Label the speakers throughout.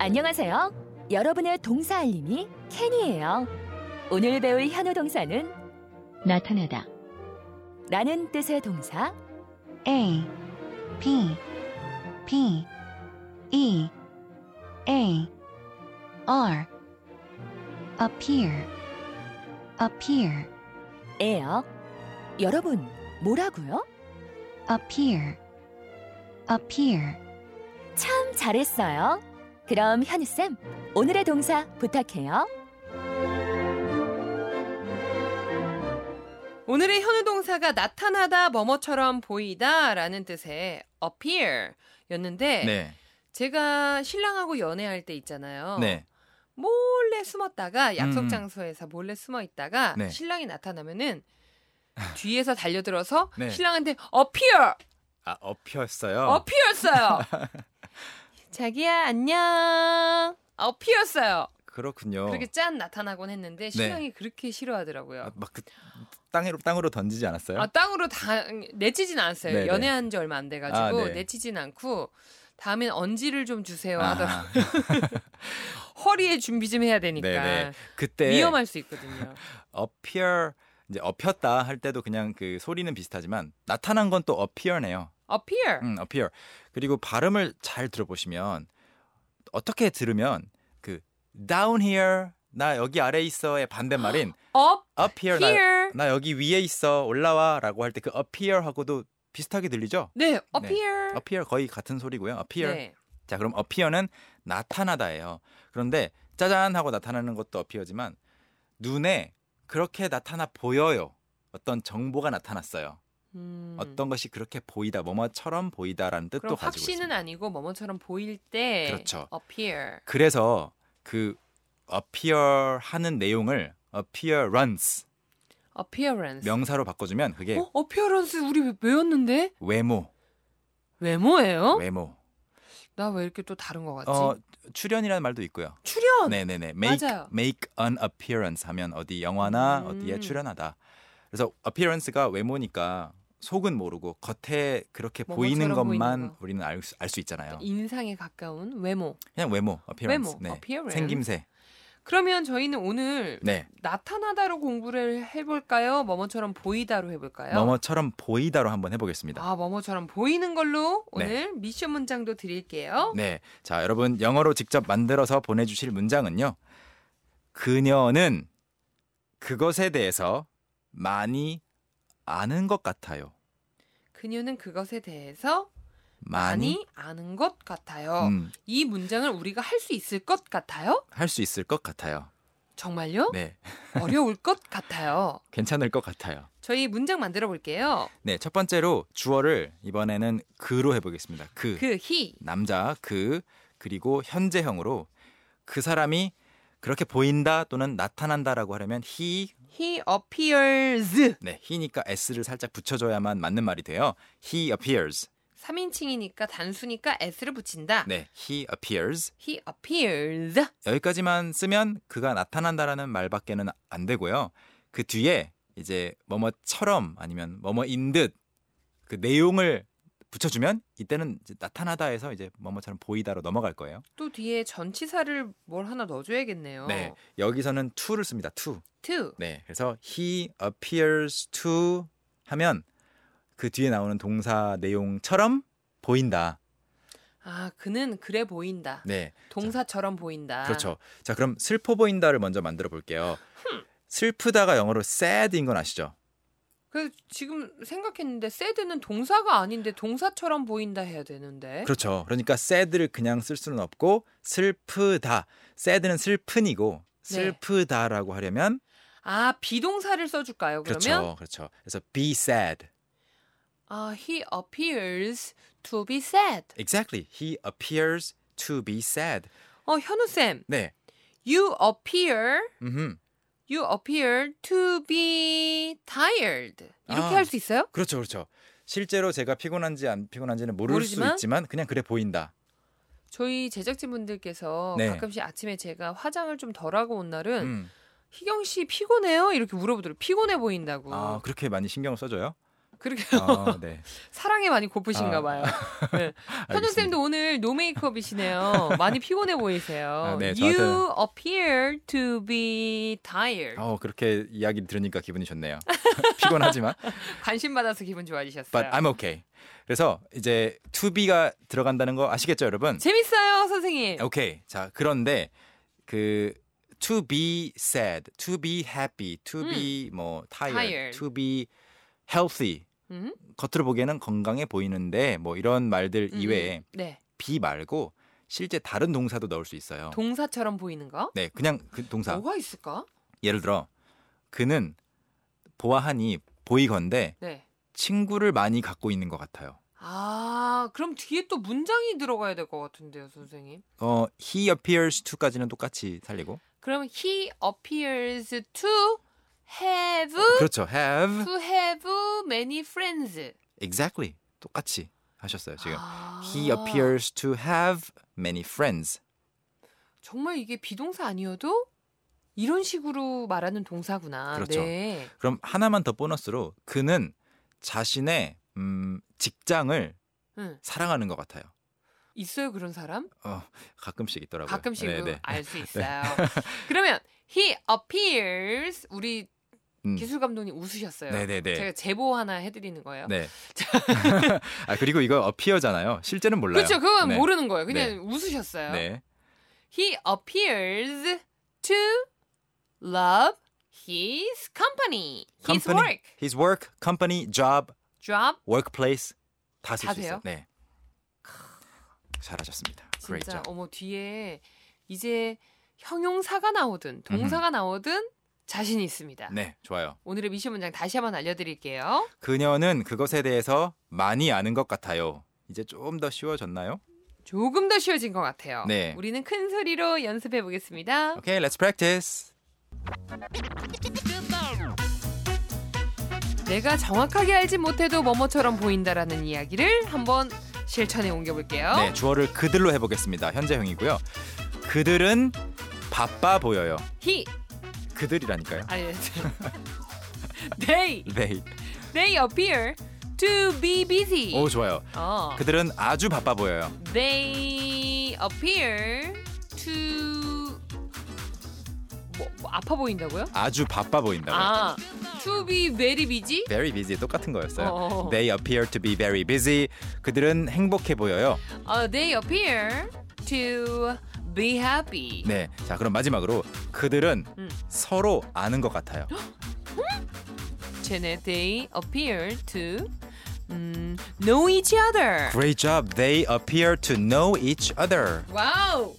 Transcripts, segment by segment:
Speaker 1: 안녕하세요. 여러분의 동사 알림이 캔이에요. 오늘 배울 현우 동사는
Speaker 2: 나타내다
Speaker 1: 라는 뜻의 동사
Speaker 2: A P P E A R appear appear
Speaker 1: 에요. 여러분, 뭐라고요?
Speaker 2: appear appear
Speaker 1: 참 잘했어요. 그럼 현우쌤, 오늘의 동사 부탁해요.
Speaker 3: 오늘의 현우 동사가 나타나다 뭐뭐처럼 보이다라는 뜻의 appear 였는데
Speaker 4: 네.
Speaker 3: 제가 신랑하고 연애할 때 있잖아요.
Speaker 4: 네.
Speaker 3: 몰래 숨었다가 약속
Speaker 4: 음.
Speaker 3: 장소에서 몰래 숨어 있다가
Speaker 4: 네.
Speaker 3: 신랑이 나타나면은 뒤에서 달려들어서
Speaker 4: 네.
Speaker 3: 신랑한테 appear
Speaker 4: 아, 업혔어요.
Speaker 3: appear였어요. 자기야 안녕. appear였어요.
Speaker 4: 그렇군요.
Speaker 3: 그렇게 짠 나타나곤
Speaker 4: 네.
Speaker 3: 했는데 신랑이 그렇게 싫어하더라고요.
Speaker 4: 아, 막그 땅으로 땅으로 던지지 않았어요?
Speaker 3: 아, 땅으로 다 내치진 않았어요.
Speaker 4: 네네.
Speaker 3: 연애한 지 얼마 안 돼가지고
Speaker 4: 아, 네.
Speaker 3: 내치진 않고 다음엔 언지를 좀 주세요
Speaker 4: 아하.
Speaker 3: 하더라. 허리에 준비 좀 해야 되니까
Speaker 4: 네네. 그때
Speaker 3: 위험할 수 있거든요.
Speaker 4: appear 이제 업혔다 할 때도 그냥 그 소리는 비슷하지만 나타난 건 또 appear네요.
Speaker 3: appear
Speaker 4: 음, appear. 그리고 발음을 잘 들어보시면 어떻게 들으면 그 down here 나 여기 아래 있어의 반대말인
Speaker 3: up
Speaker 4: appear 나,
Speaker 3: here
Speaker 4: 나 여기 위에 있어 올라와라고 할 때 그 appear 하고도 비슷하게 들리죠?
Speaker 3: 네 appear
Speaker 4: appear 거의 같은 소리고요. appear
Speaker 3: 네.
Speaker 4: 자 그럼 appear는 나타나다예요. 그런데 짜잔 하고 나타나는 것도 appear지만 눈에 그렇게 나타나 보여요. 어떤 정보가 나타났어요.
Speaker 3: 음,
Speaker 4: 어떤 것이 그렇게 보이다, 뭐뭐처럼 보이다라는 뜻도
Speaker 3: 그럼
Speaker 4: 가지고
Speaker 3: 확신은
Speaker 4: 있습니다.
Speaker 3: 아니고 뭐뭐처럼 보일 때
Speaker 4: 그렇죠.
Speaker 3: appear
Speaker 4: 그래서 그 appear 하는 내용을 appearance
Speaker 3: appearance
Speaker 4: 명사로 바꿔주면 그게
Speaker 3: 어? appearance 우리 외웠는데
Speaker 4: 외모,
Speaker 3: 외모예요?
Speaker 4: 외모.
Speaker 3: 나 왜 이렇게 또 다른 거 같지?
Speaker 4: 어 출연이라는 말도 있고요.
Speaker 3: 출연
Speaker 4: 네네네. make
Speaker 3: 맞아요.
Speaker 4: make an appearance 하면 어디 영화나
Speaker 3: 음.
Speaker 4: 어디에 출연하다. 그래서 appearance가 외모니까 속은 모르고 겉에 그렇게 보이는
Speaker 3: 뭐뭐처럼 보이는
Speaker 4: 것만
Speaker 3: 거.
Speaker 4: 우리는 알 수 있잖아요.
Speaker 3: 인상에 가까운 외모
Speaker 4: 그냥 외모, 네. appearance. 네.
Speaker 3: 외모, appearance.
Speaker 4: 생김새.
Speaker 3: 그러면 저희는 오늘
Speaker 4: 네.
Speaker 3: 나타나다로 공부를 해볼까요? 뭐뭐처럼 보이다로 해볼까요?
Speaker 4: 뭐뭐처럼 보이다로 한번 해보겠습니다.
Speaker 3: 네. 아, 뭐뭐처럼 보이는 걸로 오늘 미션 문장도 드릴게요.
Speaker 4: 네. 자, 여러분 영어로 직접 만들어서 보내주실 문장은요. 그녀는 그것에 대해서 많이 아는 것 같아요.
Speaker 3: 그녀는 그것에 대해서
Speaker 4: 많이,
Speaker 3: 많이 아는 것 같아요.
Speaker 4: 음,
Speaker 3: 이 문장을 우리가 할 수 있을 것 같아요?
Speaker 4: 할수 있을 것 같아요.
Speaker 3: 정말요?
Speaker 4: 네.
Speaker 3: 어려울 것 같아요.
Speaker 4: 괜찮을 것 같아요.
Speaker 3: 저희 문장 만들어 볼게요.
Speaker 4: 네, 첫 번째로 주어를 이번에는 그로 해보겠습니다. 그,
Speaker 3: 그 히.
Speaker 4: 남자 그 그리고 현재형으로 그 사람이 그렇게 보인다 또는 나타난다라고 하려면 he
Speaker 3: He appears.
Speaker 4: 네 he니까 s를 살짝 붙여줘야만 맞는 말이 돼요. He appears.
Speaker 3: 3인칭이니까 단수니까 s를 붙인다.
Speaker 4: 네, he appears.
Speaker 3: He appears.
Speaker 4: 여기까지만 쓰면 그가 나타난다라는 말밖에는 안 되고요. 그 뒤에 이제 뭐뭐처럼 아니면 뭐뭐인 듯 그 내용을 붙여주면 이때는 이제 나타나다에서 이제 뭐뭐처럼 보이다로 넘어갈 거예요.
Speaker 3: 또 뒤에 전치사를 뭘 하나 넣어줘야겠네요.
Speaker 4: 네, 여기서는 to를 씁니다. to.
Speaker 3: to
Speaker 4: 네, 그래서 he appears to 하면 그 뒤에 나오는 동사 내용처럼 보인다.
Speaker 3: 아 그는 그래 보인다.
Speaker 4: 네,
Speaker 3: 동사처럼 보인다.
Speaker 4: 그렇죠. 자, 그럼 슬퍼 보인다를 먼저 만들어 볼게요. 슬프다가 영어로 sad인 건 아시죠?
Speaker 3: 그 지금 생각했는데 sad는 동사가 아닌데 동사처럼 보인다 해야 되는데.
Speaker 4: 그렇죠. 그러니까 sad를 그냥 쓸 수는 없고 슬프다. sad는 슬픈이고
Speaker 3: 네.
Speaker 4: 슬프다라고 하려면
Speaker 3: 아 비동사를 써줄까요? 그러면
Speaker 4: 그렇죠. 그렇죠. 그래서 be sad.
Speaker 3: 아 he appears to be sad.
Speaker 4: Exactly. He appears to be sad.
Speaker 3: 어 현우 쌤,
Speaker 4: 네.
Speaker 3: you appear
Speaker 4: 음.
Speaker 3: you appear to be tired. 이렇게
Speaker 4: 아.
Speaker 3: 할 수 있어요?
Speaker 4: 그렇죠. 그렇죠. 실제로 제가 피곤한지 안 피곤한지는 모를
Speaker 3: 모르지만?
Speaker 4: 수 있지만 그냥 그래 보인다.
Speaker 3: 저희 제작진 분들께서
Speaker 4: 네.
Speaker 3: 가끔씩 아침에 제가 화장을 좀 덜하고 온 날은
Speaker 4: 음.
Speaker 3: 희경 씨 피곤해요? 이렇게 물어보더라고요. 피곤해 보인다고.
Speaker 4: 아, 그렇게 많이 신경을 써줘요?
Speaker 3: 그렇게
Speaker 4: 어, 네.
Speaker 3: 사랑에 많이 고프신가
Speaker 4: 아.
Speaker 3: 봐요. 네. 현우 쌤도 오늘 노 메이크업이시네요. 많이 피곤해 보이세요.
Speaker 4: 아, 네,
Speaker 3: you appear to be tired.
Speaker 4: 어, 그렇게 이야기 들으니까 기분이 좋네요. 피곤하지만
Speaker 3: 관심 받아서 기분 좋아지셨어요.
Speaker 4: but I'm okay. 그래서 이제 to be가 들어간다는 거 아시겠죠, 여러분?
Speaker 3: 재밌어요, 선생님.
Speaker 4: 예, 오케이. 자, 그런데 그 to be sad, to be happy, to be 뭐 tired,
Speaker 3: 음. tired.
Speaker 4: to be healthy.
Speaker 3: 음?
Speaker 4: 겉으로 보기에는 건강해 보이는데 뭐 이런 말들
Speaker 3: 음,
Speaker 4: 이외에
Speaker 3: 네.
Speaker 4: be 말고 실제 다른 동사도 넣을 수 있어요.
Speaker 3: 동사처럼 보이는 거?
Speaker 4: 네, 그냥 그 동사.
Speaker 3: 뭐가 있을까?
Speaker 4: 예를 들어 그는 보아하니 보이건데
Speaker 3: 네.
Speaker 4: 친구를 많이 갖고 있는 것 같아요.
Speaker 3: 아, 그럼 뒤에 또 문장이 들어가야 될 것 같은데요, 선생님.
Speaker 4: 어, he appears to까지는 똑같이 살리고
Speaker 3: 그럼 he appears to have
Speaker 4: 그렇죠. have
Speaker 3: to have many friends.
Speaker 4: exactly 똑같이 하셨어요 지금.
Speaker 3: 아,
Speaker 4: He appears to have many friends.
Speaker 3: 정말 이게 비동사 아니어도 이런 식으로 말하는 동사구나.
Speaker 4: 그렇죠.
Speaker 3: 네.
Speaker 4: 그럼 하나만 더 보너스로 그는 자신의 음, 직장을
Speaker 3: 응.
Speaker 4: 사랑하는 것 같아요.
Speaker 3: 있어요 그런 사람?
Speaker 4: 어, 가끔씩 있더라고요.
Speaker 3: 가끔씩 아,
Speaker 4: 네네.
Speaker 3: 알 수 있어요. 그러면 he appears 우리
Speaker 4: 음.
Speaker 3: 기술 감독님 웃으셨어요.
Speaker 4: 네네네.
Speaker 3: 제가 제보 하나 해드리는 거예요.
Speaker 4: 네. 아 그리고 이거 appear잖아요. 실제는 몰라요.
Speaker 3: 그렇죠. 그건
Speaker 4: 네.
Speaker 3: 모르는 거예요. 그냥
Speaker 4: 네.
Speaker 3: 웃으셨어요.
Speaker 4: 네.
Speaker 3: He appears to love his company, his
Speaker 4: Company.
Speaker 3: work,
Speaker 4: His work, company, job,
Speaker 3: job.
Speaker 4: workplace 다 쓸
Speaker 3: 다
Speaker 4: 수
Speaker 3: 돼요?
Speaker 4: 있어요. 네. 잘하셨습니다. Great
Speaker 3: 진짜
Speaker 4: job.
Speaker 3: 어머 뒤에 이제 형용사가 나오든 동사가 나오든 자신이 있습니다.
Speaker 4: 네, 좋아요.
Speaker 3: 오늘의 미션 문장 다시 한번 알려드릴게요.
Speaker 4: 그녀는 그것에 대해서 많이 아는 것 같아요. 이제 좀 더 쉬워졌나요?
Speaker 3: 조금 더 쉬워진 것 같아요.
Speaker 4: 네.
Speaker 3: 우리는 큰 소리로 연습해 보겠습니다.
Speaker 4: 오케이, okay, let's practice.
Speaker 3: 내가 정확하게 알지 못해도 뭐뭐처럼 보인다라는 이야기를 한번 실천에 옮겨볼게요.
Speaker 4: 네, 주어를 그들로 해보겠습니다. 현재형이고요. 그들은 바빠 보여요.
Speaker 3: He
Speaker 4: 그들이라니까요.
Speaker 3: 아니 they
Speaker 4: 네.
Speaker 3: they appear to be busy.
Speaker 4: 오, 좋아요.
Speaker 3: 어.
Speaker 4: 그들은 아주 바빠 보여요.
Speaker 3: They appear to 뭐, 뭐 아파 보인다고요?
Speaker 4: 아주 바빠 보인다고요.
Speaker 3: 아, to be very busy.
Speaker 4: Very busy 똑같은 거였어요.
Speaker 3: 어.
Speaker 4: They appear to be very busy. 그들은 행복해 보여요.
Speaker 3: 어, they appear to be happy.
Speaker 4: 네. 자, 그럼 마지막으로 그들은
Speaker 3: 음.
Speaker 4: 서로 아는 것 같아요.
Speaker 3: 쟤네 they appear to 음, know each other.
Speaker 4: Great job. They appear to know each other.
Speaker 3: 와우.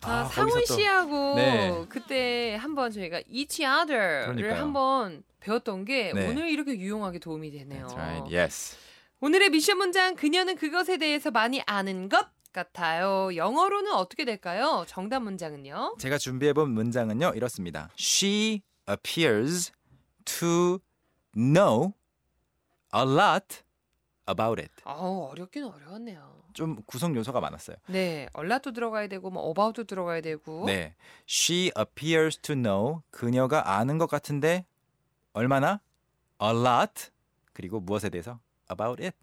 Speaker 3: 아,
Speaker 4: 아,
Speaker 3: 상훈
Speaker 4: 거기서 또-
Speaker 3: 씨하고
Speaker 4: 네.
Speaker 3: 그때 한번 저희가 each other를
Speaker 4: 그러니까요.
Speaker 3: 한번 배웠던 게
Speaker 4: 네.
Speaker 3: 오늘 이렇게 유용하게 도움이 되네요.
Speaker 4: That's right. Yes.
Speaker 3: 오늘의 미션 문장 그녀는 그것에 대해서 많이 아는 것 같아요. 영어로는 어떻게 될까요? 정답 문장은요.
Speaker 4: 제가 준비해본 문장은요 이렇습니다. She appears to know a lot about it.
Speaker 3: 아우 어렵긴 어려웠네요.
Speaker 4: 좀 구성 요소가 많았어요.
Speaker 3: 네, 얼라도 들어가야 되고 뭐 about도 들어가야 되고.
Speaker 4: 네, she appears to know 그녀가 아는 것 같은데 얼마나 a lot 그리고 무엇에 대해서 about it.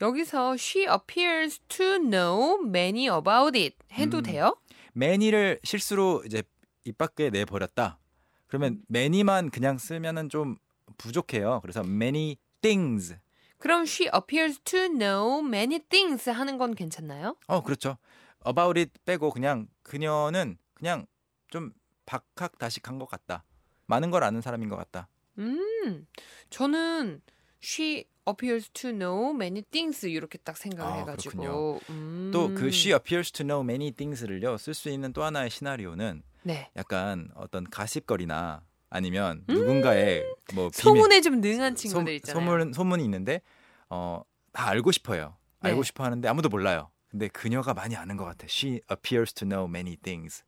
Speaker 3: 여기서 she appears to know many about it 해도
Speaker 4: 음.
Speaker 3: 돼요?
Speaker 4: many를 실수로 이제 입 밖에 내 버렸다. 그러면 many만 그냥 쓰면은 좀 부족해요. 그래서 many things.
Speaker 3: 그럼 she appears to know many things 하는 건 괜찮나요?
Speaker 4: 어 그렇죠. About it 빼고 그냥 그녀는 그냥 좀 박학다식한 것 같다. 많은 걸 아는 사람인 것 같다.
Speaker 3: 음, 저는 she appears to know many things 이렇게 딱 생각을
Speaker 4: 아, 그렇군요.
Speaker 3: 해가지고 음.
Speaker 4: 또 그 she appears to know many things를요 쓸 수 있는 또 하나의 시나리오는
Speaker 3: 네.
Speaker 4: 약간 어떤 가십거리나 아니면 누군가의 뭐 비밀
Speaker 3: 음. 소문에 좀 능한 친구들 있잖아요.
Speaker 4: 소문 소문이 있는데 어 다 알고 싶어요. 알고
Speaker 3: 네.
Speaker 4: 싶어 하는데 아무도 몰라요. 근데 그녀가 많이 아는 것 같아. She appears to know many things.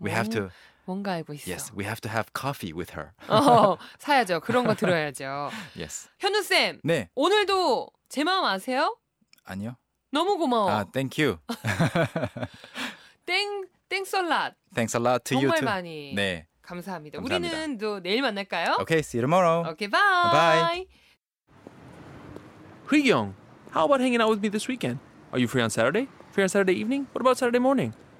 Speaker 4: We have to
Speaker 3: 뭔가 알고 있어.
Speaker 4: yes, we have to have coffee with her.
Speaker 3: 어, 사야죠. 그런 거 들어야죠.
Speaker 4: Yes.
Speaker 3: 현우 쌤,
Speaker 4: 네,
Speaker 3: 오늘도 제 마음 아세요?
Speaker 4: 아니요.
Speaker 3: 너무 고마워.
Speaker 4: 아, thank you.
Speaker 3: 땡 땡설랏
Speaker 4: Thanks a lot to you
Speaker 3: 정말
Speaker 4: too.
Speaker 3: 많이
Speaker 4: 네.
Speaker 3: 감사합니다.
Speaker 4: 감사합니다.
Speaker 3: 우리는 또 내일 만날까요?
Speaker 4: Okay, see you tomorrow.
Speaker 3: 오케이, 바이.
Speaker 4: 바이.
Speaker 5: Young, how about hanging out with me this weekend? Are you free on Saturday? Free on Saturday evening? What about Saturday morning?